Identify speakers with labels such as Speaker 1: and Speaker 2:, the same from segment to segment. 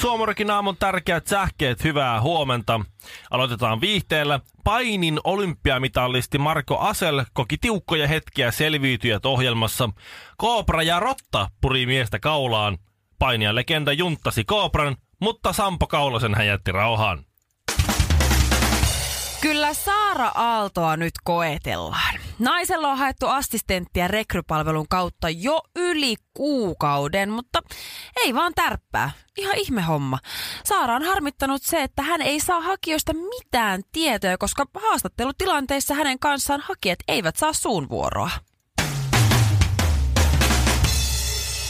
Speaker 1: Suomorokin aamun tärkeät sähkeet, hyvää huomenta. Aloitetaan viihteellä. Painin olympiamitallisti Marko Asel koki tiukkoja hetkiä selviytyjät ohjelmassa. Koopra ja Rotta puri miestä kaulaan. Painijan legenda junttasi Koopran, mutta Sampo Kaulasen hän jätti rauhaan.
Speaker 2: Kyllä Saara Aaltoa nyt koetellaan. Naisella on haettu assistenttia rekrypalvelun kautta jo yli kuukauden, mutta ei vaan tärppää. Ihan ihme homma. Saara on harmittanut se, että hän ei saa hakijoista mitään tietoja, koska haastattelutilanteissa hänen kanssaan hakijat eivät saa suun vuoroa.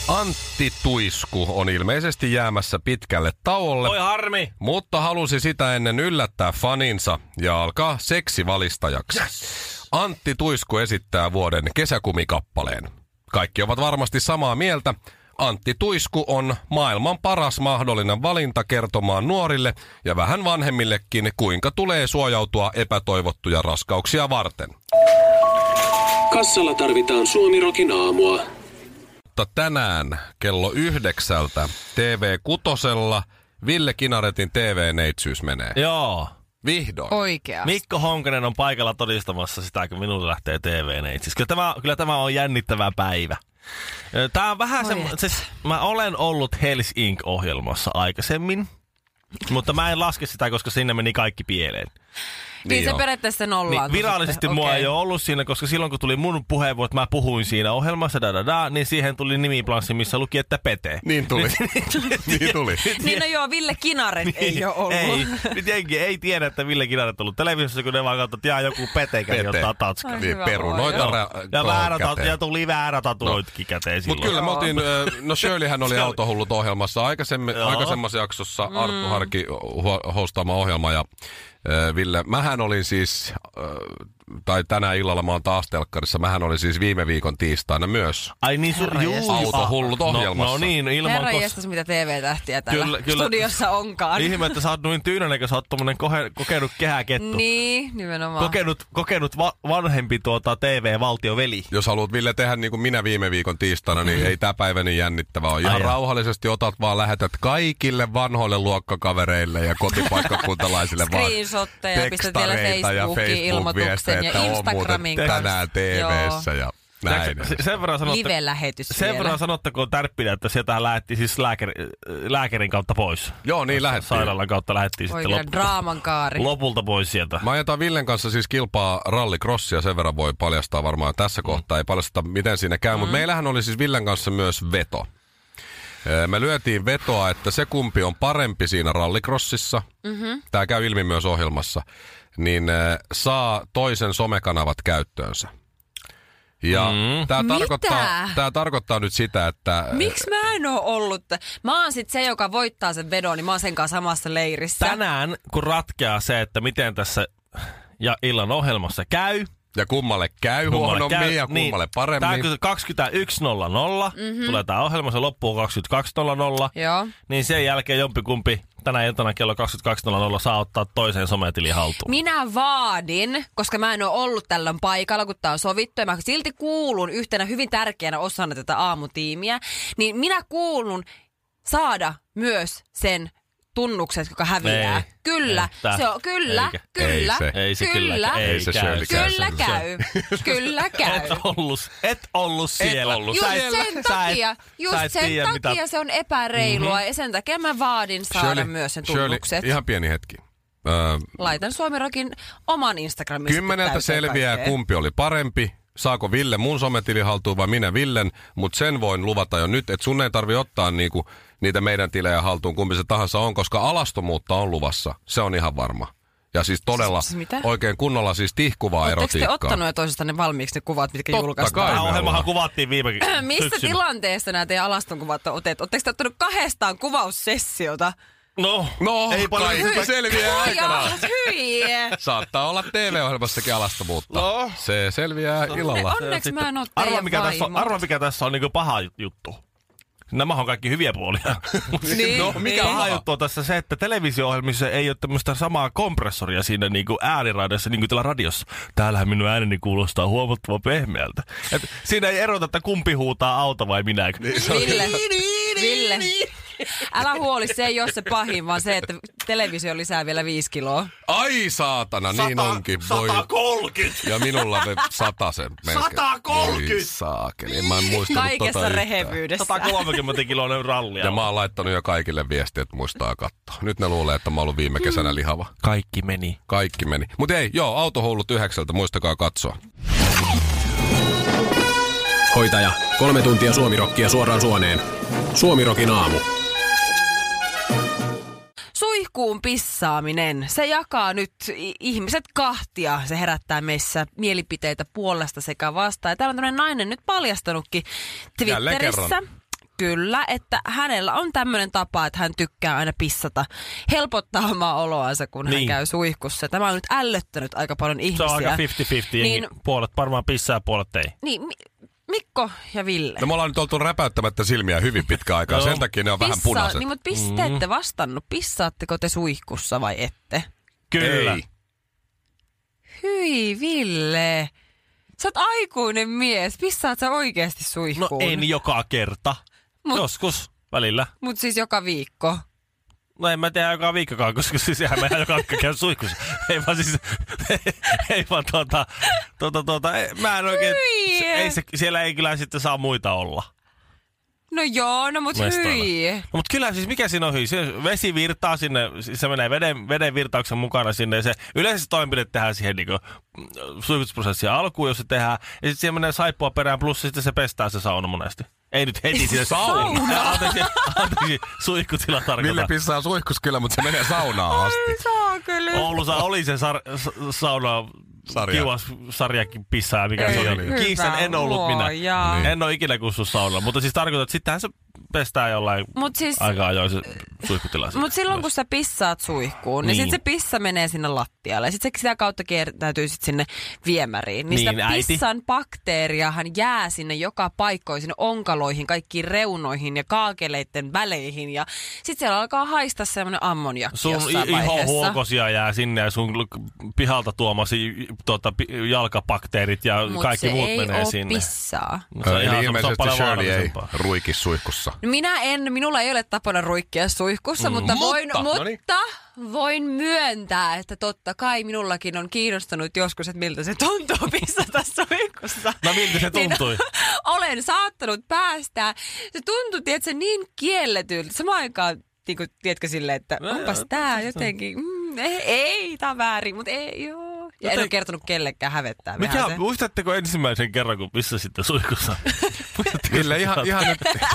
Speaker 3: Antti Tuisku on ilmeisesti jäämässä pitkälle tauolle,
Speaker 1: Oi harmi!
Speaker 3: mutta halusi sitä ennen yllättää faninsa ja alkaa seksivalistajaksi. Antti Tuisku esittää vuoden kesäkumikappaleen. Kaikki ovat varmasti samaa mieltä. Antti Tuisku on maailman paras mahdollinen valinta kertomaan nuorille ja vähän vanhemmillekin, kuinka tulee suojautua epätoivottuja raskauksia varten.
Speaker 4: Kassalla tarvitaan Suomirokin aamua.
Speaker 3: mutta tänään kello yhdeksältä TV6 Ville Kinaretin TV-neitsyys menee.
Speaker 1: Joo.
Speaker 3: Vihdoin.
Speaker 2: Oikea.
Speaker 1: Mikko Honkanen on paikalla todistamassa sitä, kun minulle lähtee tv neitsis. Kyllä tämä, kyllä tämä on jännittävä päivä. Ö, Tää on vähän
Speaker 2: Voi
Speaker 1: se,
Speaker 2: et.
Speaker 1: siis mä olen ollut Hells Inc-ohjelmassa aikaisemmin, mutta mä en laske sitä, koska sinne meni kaikki pieleen.
Speaker 2: niin se
Speaker 3: joo.
Speaker 2: periaatteessa
Speaker 1: Niin,
Speaker 2: nollaan.
Speaker 1: virallisesti mua ei ole ollut siinä, koska silloin kun tuli mun puheenvuoro, että mä puhuin siinä ohjelmassa, da, da, da, niin siihen tuli nimiplanssi, missä luki, että Pete.
Speaker 3: Niin tuli. niin tuli.
Speaker 2: Niin no joo, Ville Kinaret ei ole ollut.
Speaker 1: Niin, Ei, nyt jengi ei tiedä, että Ville Kinaret on ollut televisiossa, kun ne vaan katsovat, että jaa, joku Pete kävi
Speaker 3: Pete.
Speaker 1: ottaa tatskan.
Speaker 2: Ai
Speaker 3: Niin,
Speaker 2: hyvä
Speaker 3: perunoita
Speaker 2: luoja.
Speaker 3: ra-
Speaker 1: Ja, väärä tatu,
Speaker 3: käteen. No.
Speaker 1: ja tuli väärä tatuoitkin käteen silloin.
Speaker 3: Mut kyllä me
Speaker 2: Joo.
Speaker 3: oltiin, ö, no Shirleyhän oli
Speaker 1: Se oli-
Speaker 3: autohullut ohjelmassa aikaisemmin,
Speaker 1: Joo.
Speaker 3: aikaisemmassa jaksossa Arttu Harki ho- hostaama ohjelma ja ö, Ville, mähän olin siis, ö, tai tänä illalla mä oon taas telkkarissa, mähän olin siis viime viikon tiistaina myös
Speaker 1: Ai niin, su- juu, juu.
Speaker 3: autohullut
Speaker 1: no,
Speaker 3: ohjelmassa.
Speaker 1: no niin, ilman
Speaker 2: Herra
Speaker 1: kos...
Speaker 2: jestas, mitä TV-tähtiä täällä
Speaker 1: Kyllä, kyllä. Niin,
Speaker 2: studiossa onkaan.
Speaker 1: Ihme, että sä oot noin tyynänen, kun sä oot tommonen kohe- kokenut kehäkettu.
Speaker 2: Niin, nimenomaan.
Speaker 1: Kokenut, kokenut va- vanhempi tuota TV-valtioveli.
Speaker 3: jos haluat Ville tehdä niin kuin minä viime viikon tiistaina, niin ei tämä päivä niin jännittävää ole. Ihan
Speaker 1: Mm. Ai jaa.
Speaker 3: rauhallisesti otat vaan, lähetät kaikille vanhoille luokkakavereille ja kotipaikkakuntalaisille vaan
Speaker 2: Screenshotteja, pistät vielä
Speaker 3: tekstareita ja
Speaker 2: Facebookiin
Speaker 3: Facebook-viestejä,
Speaker 2: ilmoituksen ja
Speaker 3: että on muuten
Speaker 2: Instagramiin
Speaker 3: tänään
Speaker 2: kanssa.
Speaker 3: TV-ssä ja näin.
Speaker 1: Se- Sen verran sanotta,
Speaker 2: Live-lähetys
Speaker 1: sen
Speaker 2: vielä.
Speaker 1: verran sanottakoon tärppinä, että sieltä lähti siis lääkäri, lääkärin kautta pois.
Speaker 3: Joo, niin lähettiin.
Speaker 1: Sairaalan kautta lähettiin
Speaker 2: Voi
Speaker 1: sitten
Speaker 2: kyllä,
Speaker 1: lop-
Speaker 2: draaman kaari.
Speaker 1: lopulta pois sieltä.
Speaker 3: Mä ajetaan Villen kanssa siis kilpaa rallikrossia, sen verran voi paljastaa varmaan tässä kohtaa, ei paljasteta miten siinä käy, mutta meillähän oli siis Villen kanssa myös veto. Öö, Me lyötiin vetoa, että se kumpi on parempi siinä rallikrossissa, mm-hmm. tämä käy ilmi myös ohjelmassa, niin öö, saa toisen somekanavat käyttäönsä. Ja mm. tämä
Speaker 2: Mitä?
Speaker 3: tarkoittaa, tää tarkoittaa nyt sitä, että...
Speaker 2: Miksi mä en oo ollut? tä- Mä oon sit se, joka voittaa sen vedon, niin mä oon sen kanssa samassa leirissä.
Speaker 1: Tänään, kun ratkeaa se, että miten tässä ja illan ohjelmassa käy,
Speaker 3: Ja kummalle käy
Speaker 1: Kummalle
Speaker 3: huonommin
Speaker 1: käy- Niin.
Speaker 3: ja kummalle paremmin.
Speaker 1: Tää kun 21.00, mm-hmm. tulee tämä ohjelma, se loppuu 22.00.
Speaker 2: Joo.
Speaker 1: Niin sen jälkeen jompikumpi tänä iltana kello 22.00 saa ottaa toisen sometilin haltuun.
Speaker 2: Minä vaadin, koska mä en oo ollut tällöin paikalla, kun tää on sovittu, ja mä silti kuulun yhtenä hyvin tärkeänä osana tätä aamutiimiä, niin minä kuulun saada myös sen tunnukset, joka häviää.
Speaker 1: Ei.
Speaker 2: kyllä,
Speaker 1: Että.
Speaker 2: se on, kyllä,
Speaker 1: Eikä.
Speaker 2: kyllä,
Speaker 3: Ei se.
Speaker 1: Ei se kyllä
Speaker 2: kyllä,
Speaker 1: käy.
Speaker 3: Ei se
Speaker 1: käy.
Speaker 3: Shirley käy.
Speaker 2: kyllä käy, kyllä käy.
Speaker 1: Et ollut, et ollut siellä.
Speaker 3: ollut
Speaker 2: Just sen takia, just
Speaker 1: sä et
Speaker 2: sen
Speaker 1: tiedä,
Speaker 2: takia se on epäreilua ja sen takia mä vaadin saada
Speaker 3: Mhm. Shirley,
Speaker 2: myös sen
Speaker 3: Shirley,
Speaker 2: tunnukset.
Speaker 3: ihan pieni hetki. Öö,
Speaker 2: Laitan Suomirokin oman Instagramin.
Speaker 3: Kymmeneltä selviää,
Speaker 2: kaikkeen.
Speaker 3: kumpi oli parempi. Saako Ville mun sometili haltuun vai minä Villen, mutta sen voin luvata jo nyt, että sun ei tarvi ottaa niinku niitä meidän tilejä haltuun, kumpi se tahansa on, koska alastomuutta on luvassa. Se on ihan varma. Ja siis todella
Speaker 2: Siis mitä?
Speaker 3: oikein kunnolla siis tihkuvaa
Speaker 2: Oletteko te
Speaker 3: erotiikkaa.
Speaker 2: ottanut jo toisistanne valmiiksi ne kuvat, mitkä
Speaker 3: Totta
Speaker 2: julkaistaan? Äh,
Speaker 3: kai.
Speaker 1: Tämä
Speaker 3: Me
Speaker 1: ohjelmahan
Speaker 3: ollaan.
Speaker 1: kuvattiin viime
Speaker 2: Mistä
Speaker 1: syksynä.
Speaker 2: tilanteesta nämä teidän alaston kuvat on otettu? Oletteko te ottanut kahdestaan kuvaussessiota?
Speaker 1: No,
Speaker 3: No,
Speaker 5: Ei
Speaker 3: Ei
Speaker 5: paljon
Speaker 3: kaikki
Speaker 5: hyvä.
Speaker 3: selviää aikanaan.
Speaker 2: hyi!
Speaker 3: Saattaa olla TV-ohjelmassakin alastomuutta.
Speaker 5: No.
Speaker 3: Se selviää illalla.
Speaker 2: on- Onneksi mä en oo teidän
Speaker 1: arva, mikä tässä on,
Speaker 2: vaimo.
Speaker 1: arva, mikä tässä on niinku paha juttu. Nämä on kaikki hyviä puolia.
Speaker 2: Niin,
Speaker 3: no,
Speaker 2: niin.
Speaker 3: mikä on
Speaker 1: paha
Speaker 3: paha?
Speaker 1: juttu on tässä se, että televisio-ohjelmissa ei ole tämmöistä samaa kompressoria siinä niinku ääniraidassa niin kuin täällä radiossa. Täällähän minun ääneni kuulostaa huomattavan pehmeältä. Et siinä ei erota, että kumpi huutaa auta vai Niin, minäkö.
Speaker 3: Niin,
Speaker 2: niin. Ville. niin, Ville. Älä huoli, se ei ole se pahin, vaan se, että televisio lisää vielä viisi kiloa.
Speaker 3: Ai saatana, niin onkin. Voi.
Speaker 5: 130!
Speaker 3: Ja minulla me satasen melkein.
Speaker 5: 130.
Speaker 3: Voi saakeli, en mä en muistanut
Speaker 2: Kaikessa
Speaker 3: tota yhtään.
Speaker 2: rehevyydessä.
Speaker 1: 130 kiloinen rallia.
Speaker 3: Ja mä oon laittanut jo kaikille viestiä, että muistaa katsoa. Nyt ne luulee, että mä oon ollut viime kesänä lihava.
Speaker 1: Kaikki meni.
Speaker 3: Kaikki meni. Mut ei, joo, autohullut yhdeksältä, muistakaa katsoa.
Speaker 6: Hoitaja, kolme tuntia suomirokkia suoraan suoneen. Suomirokin aamu.
Speaker 2: Suihkuun pissaaminen, se jakaa nyt i- ihmiset kahtia. Se herättää meissä mielipiteitä puolesta sekä vastaan. Ja täällä on tämmöinen nainen nyt paljastanutkin
Speaker 3: Jälleen
Speaker 2: Twitterissä.
Speaker 3: kerran.
Speaker 2: Kyllä, että hänellä on tämmöinen tapa, että hän tykkää aina pissata. Helpottaa omaa oloansa, kun hän
Speaker 1: Niin.
Speaker 2: käy suihkussa. Tämä on nyt ällöttänyt aika paljon
Speaker 1: Se
Speaker 2: ihmisiä.
Speaker 1: on aika 50-50. Niin.
Speaker 2: Niin,
Speaker 1: Puolet varmaan pissää, puolet ei.
Speaker 2: niin, Mi- Mikko ja Ville.
Speaker 3: No me ollaan nyt oltu räpäyttämättä silmiä hyvin pitkä aikaa,
Speaker 1: Joo.
Speaker 3: sen takia ne on vähän
Speaker 2: Pissaa-
Speaker 3: punaiset.
Speaker 2: Niin, mutta piste ette vastannut. Pissaatteko te suihkussa vai ette?
Speaker 1: Kyllä.
Speaker 3: Ei.
Speaker 2: Hyi Ville. Sä oot aikuinen mies. Pissaat sä oikeasti
Speaker 1: No
Speaker 2: suihkuun?
Speaker 1: en joka kerta.
Speaker 2: Mut-
Speaker 1: Mut. Joskus välillä.
Speaker 2: Mut siis joka viikko.
Speaker 1: No en mä tiedä joka viikkokaan, koska siis eihän mehän joka viikko käy suihkussa. Ei vaan siis, ei vaan tuota, tuota, tuota, ei- mä en oikein,
Speaker 2: Hyi.
Speaker 1: se- ei se, siellä ei kyllä sitten saa muita olla.
Speaker 2: No joo, no mut
Speaker 1: mestoilla.
Speaker 2: hyi.
Speaker 1: No, mutta kyllä siis mikä siinä on hyi? Se vesi virtaa sinne, siis se menee veden, veden virtauksen mukana sinne. Ja se yleensä toimenpide tehdään siihen niin suihkutusprosessin alkuun, jos se tehdään. Ja sitten siihen menee saippua perään, plus sitten se pestää se sauna monesti. Ei nyt heti sinne sauna. Anteeksi, anteeksi suihkutila
Speaker 3: Ville
Speaker 1: tarkoittaa.
Speaker 3: pissaa suihkus kyllä, mutta se menee saunaan asti.
Speaker 2: Saakeli.
Speaker 1: Oulussa oli se sar- sa- sauna
Speaker 3: Sarja.
Speaker 1: kiuas sarjakin pissaa, mikä
Speaker 2: Ei,
Speaker 1: se
Speaker 3: hyvä
Speaker 1: oli. Kiistän en ollut minä.
Speaker 2: luoja. Niin.
Speaker 1: En ole ikinä kussut saunalla, mutta siis tarkoitan, että sittenhän se pestää jollain
Speaker 2: Mut siis...
Speaker 1: aika ajoin se suihkutila. sinne.
Speaker 2: Mut silloin kun sä pissaat suihkuun, niin, niin
Speaker 1: Niin.
Speaker 2: sit se pissa menee sinne lattialle. Ja sit se sitä kautta kiertäytyy sit sinne viemäriin. Niin,
Speaker 1: Niin,
Speaker 2: sitä
Speaker 1: äiti.
Speaker 2: pissan bakteeriahan jää sinne joka paikkoihin, sinne onkaloihin, kaikkiin reunoihin ja kaakeleiden väleihin. Ja sit siellä alkaa haista semmonen ammoniakki
Speaker 1: Sun
Speaker 2: jossain
Speaker 1: i- ihon
Speaker 2: vaiheessa.
Speaker 1: huokosia jää sinne ja sun l- pihalta tuomasi tuota, pi- jalkabakteerit ja
Speaker 2: Mut
Speaker 1: kaikki
Speaker 2: se
Speaker 1: muut
Speaker 2: ei
Speaker 1: menee
Speaker 2: oo
Speaker 1: sinne.
Speaker 2: pissaa.
Speaker 1: No,
Speaker 3: Eli
Speaker 1: ihan-
Speaker 3: ilmeisesti Shirley ei
Speaker 1: vaarallisempaa.
Speaker 3: ruiki suihkussa.
Speaker 2: No Minä en, minulla ei ole tapana ruikkia suihkussa, mm, mutta, voin,
Speaker 3: mutta,
Speaker 2: mutta
Speaker 3: no niin.
Speaker 2: voin myöntää, että totta kai minullakin on kiinnostanut joskus, että miltä se tuntuu pissata suihkussa.
Speaker 1: No miltä se
Speaker 2: Niin
Speaker 1: tuntui?
Speaker 2: olen saattanut päästää. Se tuntui, tiedätkö, niin kielletyltä. Samaan aikaan, niin kuin, tiedätkö, silleen, että
Speaker 1: No
Speaker 2: onpas
Speaker 1: joo,
Speaker 2: tää jotenkin, mm, ei, ei tää on väärin, mutta ei, joo. Ja en
Speaker 1: Joten-
Speaker 2: ole kertonut kellekään hävettää.
Speaker 1: Mikä,
Speaker 2: vähän se.
Speaker 1: muistatteko ensimmäisen kerran, kun pistäsitte suihkussa? Muistatteko
Speaker 3: Ville,
Speaker 1: sen
Speaker 3: ihan,
Speaker 1: tilanteen?
Speaker 3: ihan nyt...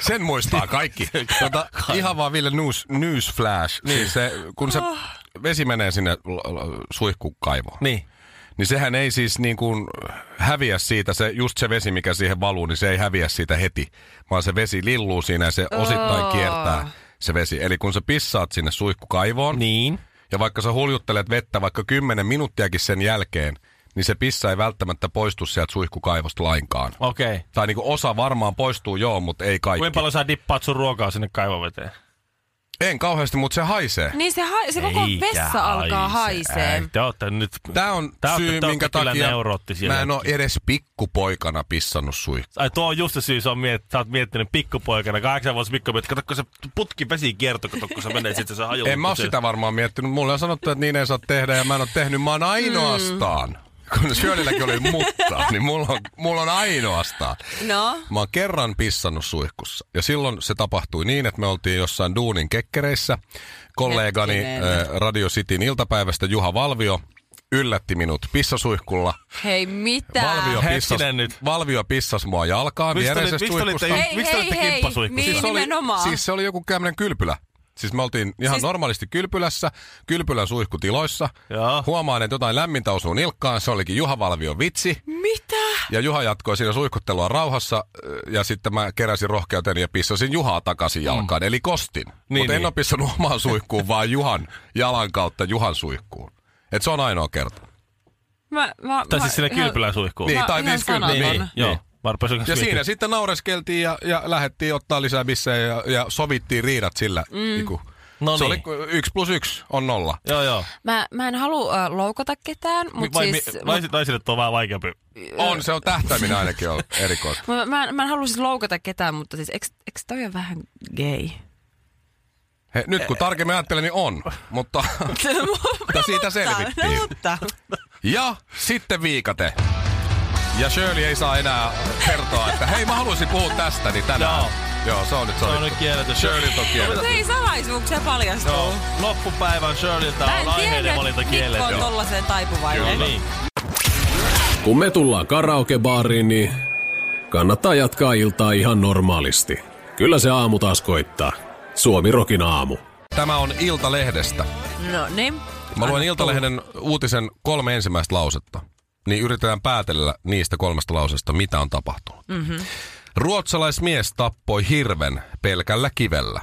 Speaker 3: Sen muistaa kaikki. Tota, ihan vaan Ville news, newsflash. Niin. Siis se, kun se vesi menee sinne l- l- suihkukaivoon, niin.
Speaker 1: Niin.
Speaker 3: niin sehän ei siis niin kuin häviä siitä, se, just se vesi, mikä siihen valuu, niin se ei häviä siitä heti, vaan se vesi lilluu siinä ja se osittain kiertää se vesi. Eli kun sä pissaat sinne suihkukaivoon,
Speaker 1: Niin.
Speaker 3: ja vaikka sä huljuttelet vettä vaikka 10 minuuttiakin sen jälkeen, niin se pissa ei välttämättä poistu sieltä suihkukaivosta lainkaan.
Speaker 1: Okei. Okay.
Speaker 3: Tai niinku osa varmaan poistuu joo, mutta ei kaikki.
Speaker 1: Kuinka paljon sä dippaat sun ruokaa sinne kaivoveteen?
Speaker 3: En kauheasti, mutta se haisee.
Speaker 2: Niin se, ha- se koko
Speaker 1: Eikä
Speaker 2: vessa alkaa
Speaker 1: haise.
Speaker 2: haisee.
Speaker 1: Ei, Te ootte nyt...
Speaker 3: Tämä on
Speaker 1: Tää ootte-
Speaker 3: syy,
Speaker 1: te ootte
Speaker 3: minkä
Speaker 1: kyllä
Speaker 3: takia
Speaker 1: neuroottisia
Speaker 3: mä en ole
Speaker 1: hetkiä.
Speaker 3: edes pikkupoikana pissannut suihkuun.
Speaker 1: Ai tuo on just se syy, sä, on miet, sä oot miettinyt pikkupoikana, kahdeksan vuotta pikkupoikana, että kato, kun se putki vesi kierto, kato, kun se menee, sitten se hajoaa.
Speaker 3: En mä ole sitä varmaan miettinyt. Mulle on sanottu, että niin ei saa tehdä ja mä en ole tehnyt. Mä oon ainoastaan. Mm. Kun Shirleylläkin oli mutta, niin mulla on, mulla on ainoastaan.
Speaker 2: No.
Speaker 3: Mä oon kerran pissannut suihkussa. Ja silloin se tapahtui niin, että me oltiin jossain duunin kekkereissä. Kollegani
Speaker 2: Hetkinen.
Speaker 3: eh, Radio Cityn iltapäivästä Juha Valvio yllätti minut pissasuihkulla.
Speaker 2: Hei, mitä?
Speaker 3: Valvio
Speaker 1: Hetkinen
Speaker 3: pissas,
Speaker 1: nyt.
Speaker 3: Valvio pissas mua jalkaan
Speaker 1: Miksi te olitte-
Speaker 3: viereisessä
Speaker 1: miksi te olitte
Speaker 3: suihkussa.
Speaker 1: Miksi te olette
Speaker 2: hei,
Speaker 1: kimppasuihkussa?
Speaker 2: Niin,
Speaker 3: se oli,
Speaker 2: nimenomaan.
Speaker 3: siis se oli joku kämmenen kylpylä. Siis me oltiin ihan
Speaker 2: Siis-
Speaker 3: siis... normaalisti kylpylässä, kylpylän suihkutiloissa.
Speaker 1: Joo.
Speaker 3: Huomaan, että jotain lämmintä osuu nilkkaan, se olikin Juha Valvion vitsi.
Speaker 2: Mitä?
Speaker 3: Ja Juha jatkoi siinä suihkuttelua rauhassa, ja sitten mä keräsin rohkeuteni ja pissasin Juhaa takaisin jalkaan, eli kostin. Niin, Mutta en
Speaker 1: Mm. niin.
Speaker 3: ole pissannut omaan suihkuun, vaan Juhan jalan kautta Juhan suihkuun. Et se on ainoa kerta.
Speaker 2: Mä, mä,
Speaker 1: Tai
Speaker 2: mä,
Speaker 1: siis sinne
Speaker 2: ihan-
Speaker 1: kylpylän suihkuun.
Speaker 3: Niin,
Speaker 2: mä
Speaker 3: tai
Speaker 2: ihan
Speaker 3: siis kyllä,
Speaker 2: sanaton.
Speaker 3: niin.
Speaker 1: Joo. Mä rupesin
Speaker 3: Ja
Speaker 1: kanssa
Speaker 3: siinä
Speaker 1: miettimään.
Speaker 3: sitten naureskeltiin ja, ja lähdettiin ottaa lisää missään ja, ja sovittiin riidat sillä. Mm. Iku.
Speaker 1: No
Speaker 3: se
Speaker 1: niin.
Speaker 3: oli yksi plus yksi on nolla.
Speaker 1: Joo, joo.
Speaker 2: Mä, mä en halua äh, loukata ketään, mutta
Speaker 1: Vai,
Speaker 2: siis...
Speaker 1: mi- naiset, naisille tuo on vähän vaikeampi.
Speaker 3: On, se on tähtäimin ainakin on erikoista.
Speaker 2: Mut, mä, mä, en, mä en halua siis loukata ketään, mutta siis eks, eks toi on vähän gay?
Speaker 3: He, nyt kun tarkemmin ajattelen, niin on, mutta Mutta siitä selvittiin.
Speaker 2: No, mutta.
Speaker 3: Ja sitten viikate. Ja Shirley ei saa enää kertoa, että hei mä haluaisin puhua tästä, niin tänään.
Speaker 1: Joo.
Speaker 3: Joo, se on nyt
Speaker 1: Se on
Speaker 3: sovittu.
Speaker 1: nyt kielletty.
Speaker 3: Shirley on
Speaker 2: Mut
Speaker 3: kielletty.
Speaker 2: ei salaisuuksia paljastu.
Speaker 1: Joo. Loppupäivän Shirleyltä
Speaker 2: Mä en
Speaker 1: on aiheiden
Speaker 2: tiennyt,
Speaker 1: valinta
Speaker 2: että Mikko on
Speaker 1: kielletty.
Speaker 2: tollaseen taipuvainen.
Speaker 1: Niin.
Speaker 6: Kun me tullaan karaokebaariin, niin kannattaa jatkaa iltaa ihan normaalisti. Kyllä se aamu taas koittaa. Suomi Rokin aamu.
Speaker 3: Tämä on Iltalehdestä.
Speaker 2: No niin.
Speaker 3: Mä luen Iltalehden uutisen kolme ensimmäistä lausetta. Niin yritetään päätellä niistä kolmesta lausesta, mitä on tapahtunut. Mm-hmm. Ruotsalaismies tappoi hirven pelkällä kivellä.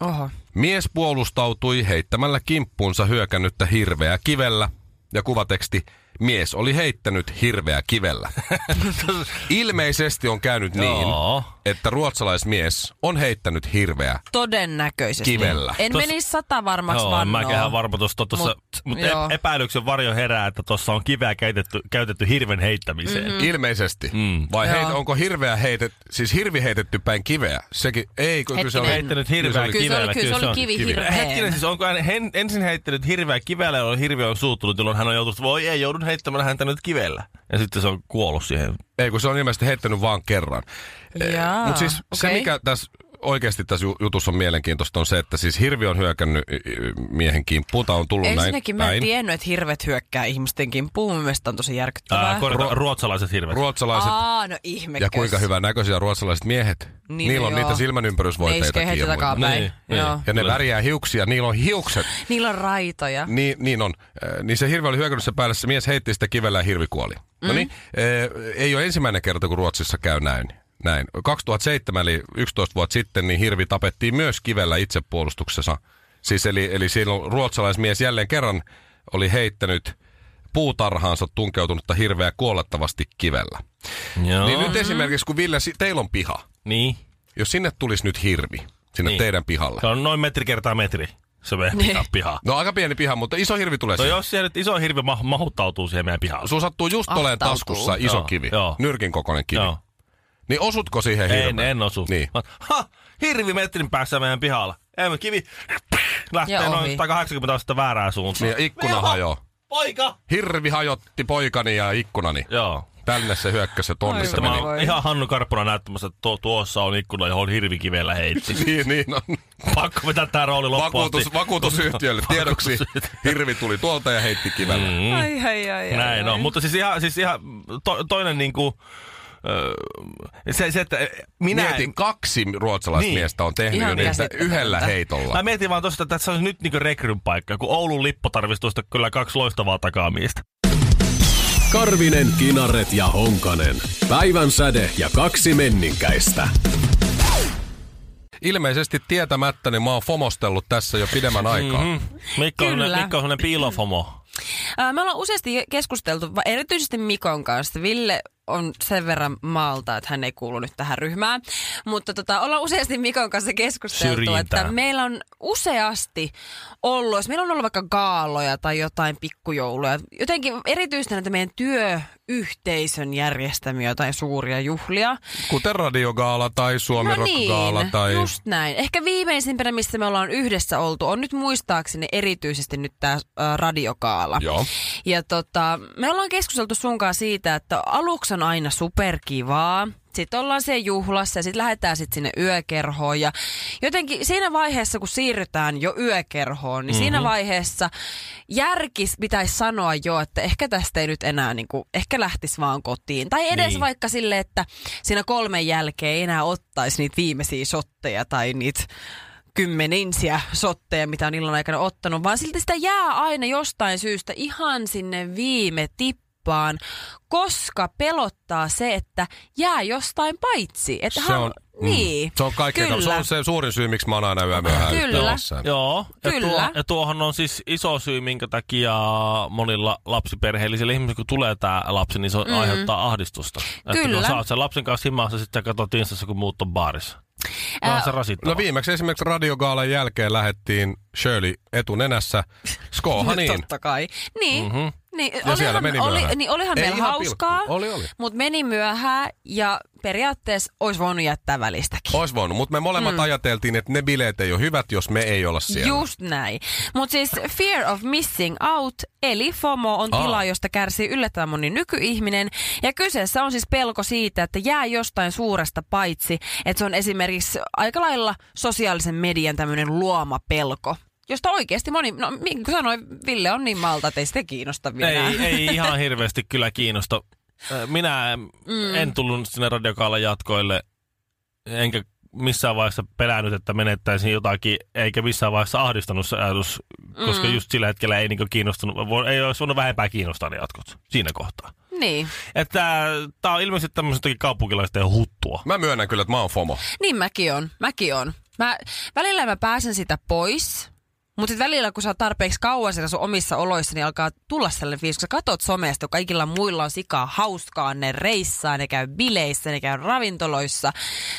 Speaker 2: Oho.
Speaker 3: Mies puolustautui heittämällä kimppuunsa hyökännyttä hirveä kivellä ja kuvateksti Mies oli heittänyt hirveä kivellä. Ilmeisesti on käynyt niin,
Speaker 1: Joo.
Speaker 3: että ruotsalaismies on heittänyt hirveä.
Speaker 2: Todennäköisesti.
Speaker 3: Kivellä.
Speaker 2: En
Speaker 1: Tos-
Speaker 2: menisi sata varmaksi
Speaker 1: Joo, en
Speaker 2: vannoa.
Speaker 1: mäkään varma tuossa, tuossa
Speaker 2: Mut,
Speaker 1: mutta
Speaker 2: joo.
Speaker 1: epäilyksen varjo herää, että tuossa on kiveä käytetty, käytetty hirven heittämiseen.
Speaker 2: Mhm.
Speaker 3: Mm. Ilmeisesti. Mm. Vai
Speaker 2: Joo.
Speaker 3: heit, onko hirveä heitet, siis hirvi heitetty päin kiveä? Sekin, ei, kun kyllä se
Speaker 2: Hetkinen.
Speaker 3: oli.
Speaker 1: Heittänyt hirveä
Speaker 3: Kyllä se oli-
Speaker 2: Kyllä se oli,
Speaker 1: kivellä.
Speaker 2: kyllä se oli kivi
Speaker 3: kivi.
Speaker 2: hirveä.
Speaker 1: Hetkinen, siis onko hän hen, ensin heittänyt hirveä kivellä, jolloin hirviö on suuttunut, jolloin hän on joutunut, voi ei, joudun heittämään häntä nyt kivellä. Ja sitten se on kuollut siihen.
Speaker 3: Ei, kun se on ilmeisesti heittänyt vaan kerran.
Speaker 2: Jaa,
Speaker 3: Mutta siis se,
Speaker 2: Ah, okei.
Speaker 3: mikä tässä oikeasti tässä ju- jutussa on mielenkiintoista, on se, että siis hirvi on hyökännyt y- y- miehen kimppuun. Tää on tullut
Speaker 2: Ensinnäkin
Speaker 3: näin.
Speaker 2: mä en
Speaker 3: näin.
Speaker 2: tiennyt, että hirvet hyökkää ihmisten kimppuun. Mun mielestä on tosi järkyttävää.
Speaker 1: Ää, korjata, ruotsalaiset hirvet.
Speaker 3: Ruotsalaiset
Speaker 2: Aa, no ihme.
Speaker 3: ja kuinka hyvän näköisiä ruotsalaiset miehet.
Speaker 2: Niin,
Speaker 3: Niin, niillä on
Speaker 2: joo.
Speaker 3: niitä
Speaker 2: Ne
Speaker 3: silmänympärysvoiteita
Speaker 2: iskee heti takapäin.
Speaker 1: Niin,
Speaker 2: Niin, Joo.
Speaker 3: Ja ne väriää hiuksia, niillä on hiukset.
Speaker 2: Niillä on raitoja.
Speaker 1: Mm.
Speaker 3: Niin, niin on. Äh, Niin se hirvi oli hyökännyt sen päälle, se mies heitti sitä kivellä ja hirvi kuoli. Mm. No niin, äh, ei ole ensimmäinen kerta, kun Ruotsissa käy näin. näin. 2007, eli 11 vuotta sitten, niin hirvi tapettiin myös kivellä itsepuolustuksessa. Siis eli, eli silloin ruotsalaismies jälleen kerran oli heittänyt puutarhaansa tunkeutunutta hirveä kuolettavasti kivellä.
Speaker 1: Joo. Mm-hmm.
Speaker 3: Niin nyt esimerkiksi, kun Ville, si- teillä on piha.
Speaker 1: Niin.
Speaker 3: Jos sinne tulisi nyt hirvi, sinne
Speaker 1: Niin.
Speaker 3: niin. teidän pihalle.
Speaker 1: Se on noin metri kertaa metri, se meidän
Speaker 2: Niin.
Speaker 1: piha. piha.
Speaker 3: No aika pieni piha, mutta iso hirvi tulee
Speaker 1: No
Speaker 3: sinne.
Speaker 1: jos siellä nyt iso hirvi ma- mahuttautuu siihen meidän pihaan.
Speaker 3: Sun sattuu just oleen
Speaker 2: Ahtautuu.
Speaker 3: taskussa iso
Speaker 1: Joo,
Speaker 3: kivi,
Speaker 1: joo.
Speaker 3: nyrkin kokoinen kivi.
Speaker 1: Joo.
Speaker 3: Niin osutko siihen
Speaker 1: En,
Speaker 3: hirveän?
Speaker 1: en osu.
Speaker 3: Niin.
Speaker 1: Mä- Ha, hirvi metrin päässä meidän pihalla. Ei, mä kivi lähtee
Speaker 2: Ja
Speaker 1: noin
Speaker 2: ohi.
Speaker 1: 180 astetta väärään suuntaan.
Speaker 3: Niin, ja ikkuna
Speaker 1: Velho,
Speaker 3: hajoaa.
Speaker 1: Poika!
Speaker 3: Hirvi hajotti poikani ja ikkunani.
Speaker 1: Joo.
Speaker 3: Tänne se hyökkäsi ja tonne
Speaker 2: Ai
Speaker 3: se
Speaker 2: Tämä
Speaker 3: meni.
Speaker 1: Mä
Speaker 2: on-
Speaker 1: oon ihan Hannu Karppuna näyttämässä, että tuo, tuossa on ikkuna, johon hirvikivellä heitti.
Speaker 3: Niin, niin on.
Speaker 1: Pakko vetää tää rooli loppuun asti.
Speaker 3: Vakuutus, vakuutusyhtiölle tiedoksi. Hirvi tuli tuolta ja heitti kivellä. Mm.
Speaker 2: Ai, ai, ai, ai,
Speaker 1: Näin
Speaker 2: ai.
Speaker 1: on, mutta siis ihan, siis ihan to, toinen niinku... öö, Se, se, että eh, minä en-
Speaker 3: Mietin, kaksi ruotsalaista
Speaker 1: Niin.
Speaker 3: niin. miestä on tehnyt
Speaker 2: Ihan
Speaker 3: jo niitä
Speaker 2: käsittämätöntä.
Speaker 3: yhdellä heitolla.
Speaker 1: Mä mietin vaan tosta, että tässä on nyt niinku rekryn paikka, kun Oulun lippo tarvitsisi tuosta kyllä kaksi loistavaa takaamista.
Speaker 6: Karvinen, Kinaret ja Honkanen. Päivän säde ja kaksi menninkäistä.
Speaker 3: Ilmeisesti tietämättä, niin mä oon fomostellut tässä jo pidemmän aikaa. Mm-hmm.
Speaker 1: Mikko on, semmonen-
Speaker 2: Kyllä.
Speaker 1: Mikko on semmonen piilofomo.
Speaker 2: Ää, Me ollaan useasti keskusteltu, va- erityisesti Mikon kanssa. Ville on sen verran maalta, että hän ei kuulu nyt tähän ryhmään. Mutta tota, ollaan useasti Mikon kanssa keskusteltu,
Speaker 1: Syrjintää.
Speaker 2: että meillä on useasti ollut, jos meillä on ollut vaikka gaaloja tai jotain pikkujouluja, jotenkin erityisesti näitä meidän työyhteisön järjestämiä jotain suuria juhlia.
Speaker 3: Kuten radiogaala tai Suomi
Speaker 2: No
Speaker 3: Rock Gaala
Speaker 2: niin,
Speaker 3: tai...
Speaker 2: just näin. Ehkä viimeisimpänä, missä me ollaan yhdessä oltu, on nyt muistaakseni erityisesti nyt tämä radiokaala.
Speaker 3: Joo.
Speaker 2: Ja tota, me ollaan keskusteltu sunkaan siitä, että aluksi on aina superkivaa. Sitten ollaan siellä juhlassa ja sitten lähdetään sitten sinne yökerhoon. Ja jotenkin siinä vaiheessa, kun siirrytään jo yökerhoon, niin mm-hmm.
Speaker 3: Mhm.
Speaker 2: siinä vaiheessa järkis pitäisi sanoa jo, että ehkä tästä ei nyt enää, niin kuin, ehkä lähtisi vaan kotiin. Tai edes
Speaker 1: Niin.
Speaker 2: niin. vaikka sille, että siinä kolmen jälkeen ei enää ottaisi niitä viimeisiä shotteja tai niitä kymmeninsiä sotteja, mitä on illan aikana ottanut, vaan silti sitä jää aina jostain syystä ihan sinne viime tippaan, koska pelottaa se, että jää jostain paitsi. Että
Speaker 3: Se on, mm,
Speaker 2: niin.
Speaker 3: se on kaikkein
Speaker 2: Kyllä.
Speaker 3: Se on se suurin syy, miksi mä oon aina yömyöhään
Speaker 2: Kyllä.
Speaker 3: yhteydessä.
Speaker 1: Joo, ja,
Speaker 2: Kyllä.
Speaker 1: Tuo, ja tuohon on siis iso syy, minkä takia monilla lapsiperheellisillä ihmisillä, kun tulee tämä lapsi, niin se mm. aiheuttaa ahdistusta. Että kun
Speaker 2: Mm-hmm. Kyllä.
Speaker 1: sä oot sen lapsen kanssa himassa, sitten sä katsot instassa, kun muut on baarissa. Tämä on se rasittava.
Speaker 3: No viimeksi esimerkiksi radiogaalan jälkeen lähettiin Shirley etunenässä. Skoha niin.
Speaker 2: Totta kai. Niin. Mm-hmm. Niin,
Speaker 3: siellä
Speaker 2: olihan,
Speaker 3: meni
Speaker 2: oli,
Speaker 3: myöhään.
Speaker 2: niin olihan
Speaker 3: Ei
Speaker 2: meillä
Speaker 3: ihan
Speaker 2: hauskaa,
Speaker 3: pilkku. Oli, oli.
Speaker 2: mutta meni myöhään ja periaatteessa olisi voinut jättää välistäkin.
Speaker 3: Ois voinut, mutta me molemmat mm. ajateltiin, että ne bileet ei ole hyvät, jos me ei olla siellä.
Speaker 2: Just näin. Mutta siis fear of missing out, eli FOMO on
Speaker 3: Aa.
Speaker 2: tila, josta kärsii yllättävän moni nykyihminen. Ja kyseessä on siis pelko siitä, että jää jostain suuresta paitsi. Että se on esimerkiksi aika lailla sosiaalisen median tämmöinen luoma pelko. Josta oikeasti moni, no niin kuin sanoin, Ville on niin malta, että ei sitä kiinnosta vielä.
Speaker 1: Ei, ei ihan hirveästi kyllä kiinnosta. Ö, Minä mm. en tullut sinne radiokaalan jatkoille, enkä missään vaiheessa pelännyt, että menettäisin jotakin, eikä missään vaiheessa ahdistanut se ajatus, koska just sillä hetkellä ei niinku kiinnostunut, vo- ei olisi voinut vähempää kiinnostaa ne jatkot siinä kohtaa.
Speaker 2: Niin.
Speaker 1: Että tämä on ilmeisesti tämmöistäkin kaupunkilaisten huttua.
Speaker 3: Mä myönnän kyllä, että mä oon FOMO.
Speaker 2: Niin mäkin on, mäkin on. Mä, välillä mä pääsen sitä pois, mutta sit välillä kun sä oot tarpeeksi kauan siellä sun omissa oloissa, niin alkaa tulla sellainen fiilis, kun sä katot somesta, kun kaikilla muilla on sikaa hauskaa, ne reissaa, ne käy bileissä, ne käy ravintoloissa.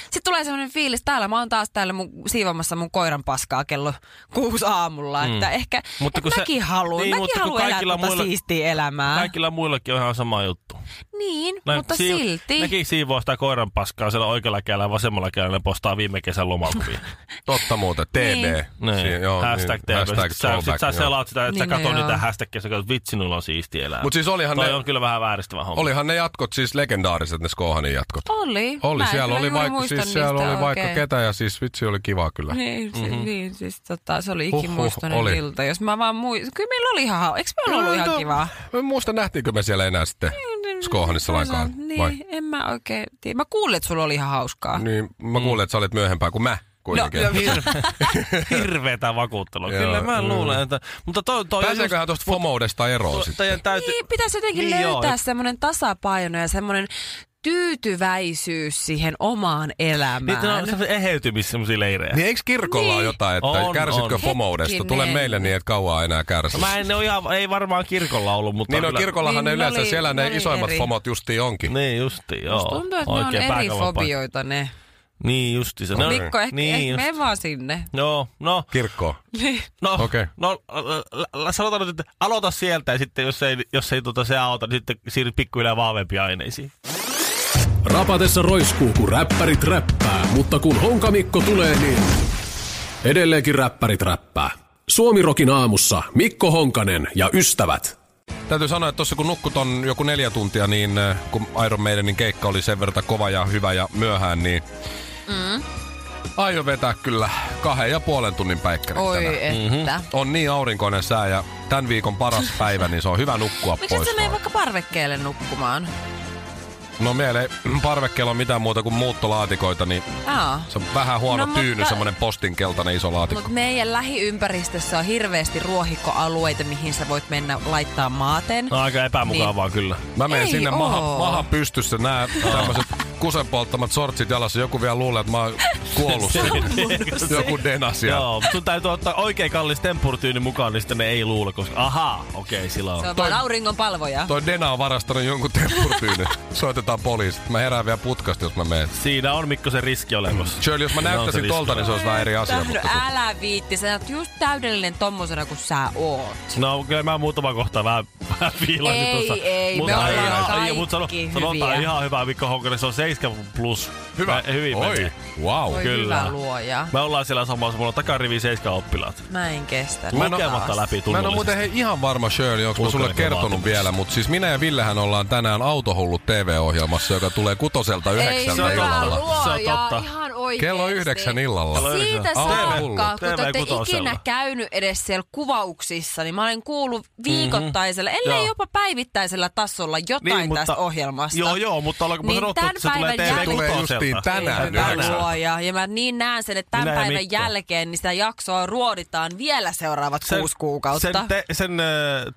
Speaker 2: Sitten tulee sellainen fiilis, täällä mä oon taas täällä mun, siivomassa mun koiran paskaa kello kuusi aamulla, mm. että ehkä
Speaker 1: Mutta
Speaker 2: mutta
Speaker 1: kun
Speaker 2: kun
Speaker 1: se-
Speaker 2: mäkin haluan,
Speaker 1: niin,
Speaker 2: niin,
Speaker 1: mutta
Speaker 2: mäkin
Speaker 1: kun
Speaker 2: haluan elää
Speaker 1: kaikilla
Speaker 2: tuota
Speaker 1: muilla-
Speaker 2: muilla... siistiä elämää. Kaikki...
Speaker 1: Kaikilla muillakin on ihan sama juttu.
Speaker 2: Niin,
Speaker 1: Näin,
Speaker 2: Äh. mutta
Speaker 1: siiv-
Speaker 2: silti.
Speaker 1: Nekin siivoaa sitä koiran paskaa siellä oikealla kädellä ja vasemmalla kädellä ne postaa viime kesän lomakuvia.
Speaker 3: Totta muuten, TB.
Speaker 1: Niin.
Speaker 3: Siinä,
Speaker 1: joo, hashtag niin,
Speaker 3: hashtag
Speaker 1: Sä, sit sä
Speaker 3: throwback, joo.
Speaker 1: selaat sitä, että sä
Speaker 2: Niin, no
Speaker 1: katot
Speaker 2: joo.
Speaker 1: niitä hashtagia, sä katsot, vitsi, niillä on siisti elämä.
Speaker 3: Mut siis olihan
Speaker 1: Toi
Speaker 3: ne-
Speaker 1: on kyllä vähän vääristävä homma.
Speaker 3: Olihan ne jatkot siis legendaariset, ne Skohanin jatkot.
Speaker 2: Oli.
Speaker 3: Oli,
Speaker 2: Mä en
Speaker 3: siellä
Speaker 2: kyllä
Speaker 3: oli
Speaker 2: juuri
Speaker 3: vaikka,
Speaker 2: muista
Speaker 3: siis siellä
Speaker 2: niistä
Speaker 3: oli vaikka
Speaker 2: oikein.
Speaker 3: ketä ja siis vitsi oli kiva kyllä.
Speaker 2: Niin, se, mm-hmm. niin siis tota, se oli
Speaker 3: Huh,
Speaker 2: ikimuistoinen
Speaker 3: huh,
Speaker 2: huh,
Speaker 3: Mhm. oli.
Speaker 2: ilta. Jos mä vaan muistan, kyllä meillä oli ihan, hau- eikö meillä ollut ihan kivaa?
Speaker 3: No,
Speaker 2: No,
Speaker 3: Mä en muista, nähtiinkö me siellä enää sitten Skohanissa lainkaan.
Speaker 2: Niin,
Speaker 3: vai?
Speaker 2: en mä oikein tiedä. Mä kuulin, että sulla oli ihan hauskaa.
Speaker 3: Niin, mä kuulin, että sä olit myöhempää kuin mä kuitenkin.
Speaker 2: No,
Speaker 1: Hirveetä vakuuttelua.
Speaker 3: Joo,
Speaker 1: kyllä mä
Speaker 3: mm.
Speaker 1: luulen, että... Mutta toi, toi on just...
Speaker 3: Pääseeköhän tuosta FOMOudesta eroon
Speaker 1: toi-
Speaker 3: sitten?
Speaker 1: Teidän täytyy...
Speaker 2: Niin, pitäisi jotenkin
Speaker 1: Niin
Speaker 2: niin
Speaker 1: joo,
Speaker 2: löytää
Speaker 1: et-
Speaker 2: semmoinen tasapaino ja semmoinen tyytyväisyys siihen omaan elämään.
Speaker 1: Niitä on semmoisia Niin, no, eheytymis semmoisia leirejä.
Speaker 3: Niin eikö kirkolla niin. ole jotain, että
Speaker 1: On,
Speaker 3: on, kärsitkö
Speaker 1: on.
Speaker 3: on. FOMOudesta? Tule
Speaker 2: Hetkinen.
Speaker 3: meille niin, että kauaa enää kärsi.
Speaker 1: No Mä en ne ole ihan, ei varmaan kirkolla ollut, mutta...
Speaker 3: Niin no
Speaker 1: kyllä-
Speaker 3: kirkollahan
Speaker 2: Niin,
Speaker 3: ne
Speaker 2: ne
Speaker 3: yleensä,
Speaker 2: oli-
Speaker 3: siellä
Speaker 2: ne
Speaker 3: ne
Speaker 2: oli
Speaker 3: isoimmat
Speaker 2: eri.
Speaker 3: FOMot justiin onkin.
Speaker 1: Niin justi, joo.
Speaker 2: Musta tuntuu, että ne on
Speaker 1: Oikein
Speaker 2: eri
Speaker 1: pääkallopaikka.
Speaker 2: fobioita ne.
Speaker 1: Niin justi
Speaker 3: No,
Speaker 1: se.
Speaker 2: Mikko, ehkä,
Speaker 1: niin,
Speaker 2: niin,
Speaker 1: just.
Speaker 2: ehkä me vaan sinne. Niin.
Speaker 1: Joo, no,
Speaker 3: Kirkkoon.
Speaker 1: no,
Speaker 3: Okei.
Speaker 1: no l- l- l- sanotaan nyt, että aloita sieltä ja sitten jos ei, jos ei tota se auta, niin sitten siirry pikkuhiljaa vahvempiin aineisiin.
Speaker 6: Rapatessa roiskuu, kun räppärit räppää, mutta kun Honkamikko tulee, niin edelleenkin räppärit räppää. Suomirokin aamussa Mikko Honkanen ja ystävät.
Speaker 3: Täytyy sanoa, että tuossa kun nukkut on joku neljä tuntia, niin äh, kun Iron Maidenin keikka oli sen verran kova ja hyvä ja myöhään, niin mm. aion vetää kyllä kahden ja puolen tunnin päikkärin
Speaker 2: Oi,
Speaker 3: tänään.
Speaker 2: että.
Speaker 3: On niin aurinkoinen sää ja tämän viikon paras päivä, niin se on hyvä nukkua
Speaker 2: Miksi et
Speaker 3: pois.
Speaker 2: sä mene
Speaker 3: vaan.
Speaker 2: vaikka parvekkeelle nukkumaan?
Speaker 3: No meillä ei parvekkeella ole mitään muuta kuin muuttolaatikoita, niin
Speaker 2: Aa.
Speaker 3: se on vähän huono
Speaker 2: No,
Speaker 3: tyyny,
Speaker 2: mutta- No,
Speaker 3: semmoinen postin keltainen iso laatikko.
Speaker 2: Mutta meidän lähiympäristössä on hirveästi ruohikkoalueita, mihin sä voit mennä laittaa maaten.
Speaker 1: No aika epämukavaa niin. kyllä.
Speaker 3: Mä menen
Speaker 2: Ei
Speaker 3: sinne
Speaker 2: oo.
Speaker 3: maha, maha pystyssä, nää tämmöiset kusen polttamat sortsit jalassa. Joku vielä luulee, että mä oon kuollut sinne.
Speaker 2: Niin.
Speaker 3: Joku denas ja-
Speaker 1: Joo, mut sun täytyy ottaa oikein kallis tempurityyni mukaan, niin sitten ne ei luule, koska ahaa, okei, okay, sillä on.
Speaker 2: Se on
Speaker 3: Toi-
Speaker 2: vaan auringon palvoja.
Speaker 3: Toi Dena on varastanut jonkun temppurtyynyn. Soitetaan poliisit. Mä herään vielä putkasta, jos mä menen.
Speaker 1: Siinä on Mikko se riski olemassa.
Speaker 3: Shirley, jos mä
Speaker 1: Siinä on
Speaker 3: näyttäisin
Speaker 1: No, se
Speaker 3: tolta,
Speaker 1: riski.
Speaker 3: niin se olisi vähän eri asia.
Speaker 2: Tähdy,
Speaker 3: Mutta tuota. kun...
Speaker 2: älä viitti, sä oot just täydellinen tommosena kuin sä oot.
Speaker 1: No kyllä mä muutama kohta vähän, vähän viilasin
Speaker 2: Ei,
Speaker 1: tuossa.
Speaker 2: ei, me
Speaker 1: Mutta
Speaker 2: ollaan
Speaker 1: ihan-
Speaker 2: kaikki
Speaker 1: mutta sano-
Speaker 2: hyviä.
Speaker 1: Sanotaan ihan hyvä Mikko Honkanen, se on 7 plus.
Speaker 3: Hyvä.
Speaker 1: Mä, hyvin
Speaker 3: Oi,
Speaker 1: menee.
Speaker 3: wow.
Speaker 2: Voi
Speaker 1: kyllä.
Speaker 2: hyvä luoja.
Speaker 1: Me ollaan siellä samassa, mulla on takarivi 7 oppilaat.
Speaker 2: Mä en kestä.
Speaker 3: Mä en oo-
Speaker 1: Lukematta läpi
Speaker 3: Mä en ole
Speaker 1: tunnollisesti.
Speaker 3: muuten hei, ihan varma, Shirley, onko mä sulle
Speaker 1: Lukeeko
Speaker 3: kertonut
Speaker 1: vaatimus?
Speaker 3: vielä, mutta siis minä ja Villehän ollaan tänään Autohullut TV-ohjelmassa, joka tulee kutoselta
Speaker 2: Ei
Speaker 3: yhdeksältä
Speaker 2: hyvä
Speaker 3: illalla.
Speaker 1: Se on
Speaker 2: luoja,
Speaker 1: totta.
Speaker 2: ihan oikeesti.
Speaker 3: Kello yhdeksän illalla.
Speaker 1: Kello yhdeksän.
Speaker 2: Siitä
Speaker 3: Aa,
Speaker 2: saakka,
Speaker 3: hullu.
Speaker 2: kun te olette
Speaker 1: TV-kutosella.
Speaker 2: ikinä käynyt edes siellä kuvauksissa, niin mä olen kuullut viikoittaisella, mm-hmm. ellei
Speaker 1: Joo.
Speaker 2: jopa päivittäisellä tasolla jotain niin, mutta, tästä ohjelmasta.
Speaker 1: Joo, joo, mutta ollaanko niin
Speaker 2: Niin
Speaker 1: sanottu, että se
Speaker 2: tämän
Speaker 1: tulee
Speaker 2: päivän
Speaker 1: TV
Speaker 3: Tulee
Speaker 2: jälkeen-
Speaker 3: justiin
Speaker 1: kutoselta?
Speaker 3: tänään.
Speaker 1: Ei,
Speaker 2: Hyvä
Speaker 3: yhdeksältä.
Speaker 1: tänään.
Speaker 2: luoja. Ja mä niin näen sen, että tämän
Speaker 1: Minä ja
Speaker 2: päivän
Speaker 1: Mikko.
Speaker 2: jälkeen niin sitä jaksoa ruoditaan vielä seuraavat sen, kuusi kuukautta.
Speaker 1: Sen, te, sen ö,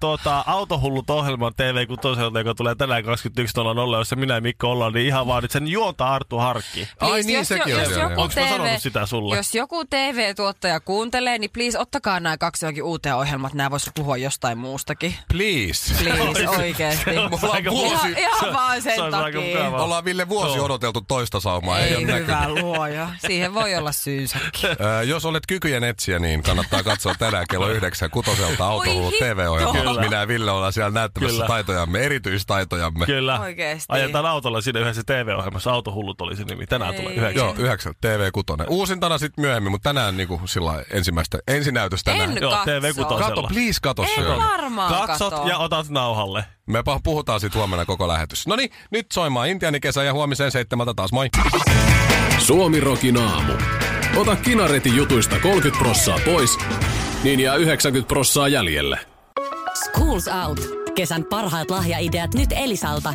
Speaker 1: tuota, autohullut ohjelman TV Kutoselta, joka tulee tänään 21.00, jossa minä ja Mikko ollaan, niin ihan vaan nyt sen juonta Arttu Harkki.
Speaker 3: Ai
Speaker 2: Please,
Speaker 3: niin, sekin on
Speaker 2: jos
Speaker 3: vielä,
Speaker 2: joku
Speaker 3: joo.
Speaker 1: Onks mä sanonut sitä sulle?
Speaker 2: Jos joku TV-tuottaja kuuntelee, niin please ottakaa nämä kaksi johonkin uuteen ohjelmat. Nämä vois puhua jostain muustakin.
Speaker 3: Please.
Speaker 2: Please, oikeesti.
Speaker 1: Se on
Speaker 3: Mulla on
Speaker 1: aika
Speaker 3: vuosi-
Speaker 1: mukava.
Speaker 2: Ihan, ihan vaan
Speaker 1: Se
Speaker 2: sen
Speaker 1: on aika
Speaker 2: takia.
Speaker 1: mukavaa.
Speaker 3: Ollaan Ville vuosi
Speaker 1: Joo.
Speaker 3: odoteltu toista saumaa, ei,
Speaker 2: Ei
Speaker 3: ole näkynyt.
Speaker 2: hyvä luoja. Siihen voi olla syynsäkin.
Speaker 3: Ö, jos olet kykyjen etsijä, niin kannattaa katsoa tänään kello yhdeksän kutoselta autohullu
Speaker 2: hitto.
Speaker 3: TV-ohjelma.
Speaker 1: Kyllä.
Speaker 3: Minä ja Ville ollaan siellä näyttämässä
Speaker 1: Kyllä.
Speaker 3: taitojamme, erityistaitojamme.
Speaker 1: Kyllä.
Speaker 2: Oikeesti.
Speaker 1: Ajetaan autolla sinne yhdessä TV-ohjelmassa. Autohullut oli se nimi. Tänään
Speaker 2: Ei.
Speaker 1: tulee yhdeksän.
Speaker 3: Joo, yhdeksän, TV6. Uusintana sitten myöhemmin, mutta tänään niinku sillä ensimmäistä, ensinäytös tänään.
Speaker 2: En
Speaker 1: Joo,
Speaker 2: katso.
Speaker 1: TV kutosella.
Speaker 3: Kato, please kato se.
Speaker 2: En varmaan
Speaker 1: Katsot
Speaker 2: katso.
Speaker 1: ja otat nauhalle.
Speaker 3: Me pa- puhutaan sitten huomenna koko lähetys. No niin, nyt soimaan Intiani kesä ja huomiseen seitsemältä taas. Moi!
Speaker 6: Suomi Rokin aamu. Ota kinaretin jutuista 30 prossaa pois, niin jää 90 prossaa jäljelle.
Speaker 7: Schools Out. Kesän parhaat lahjaideat nyt Elisalta.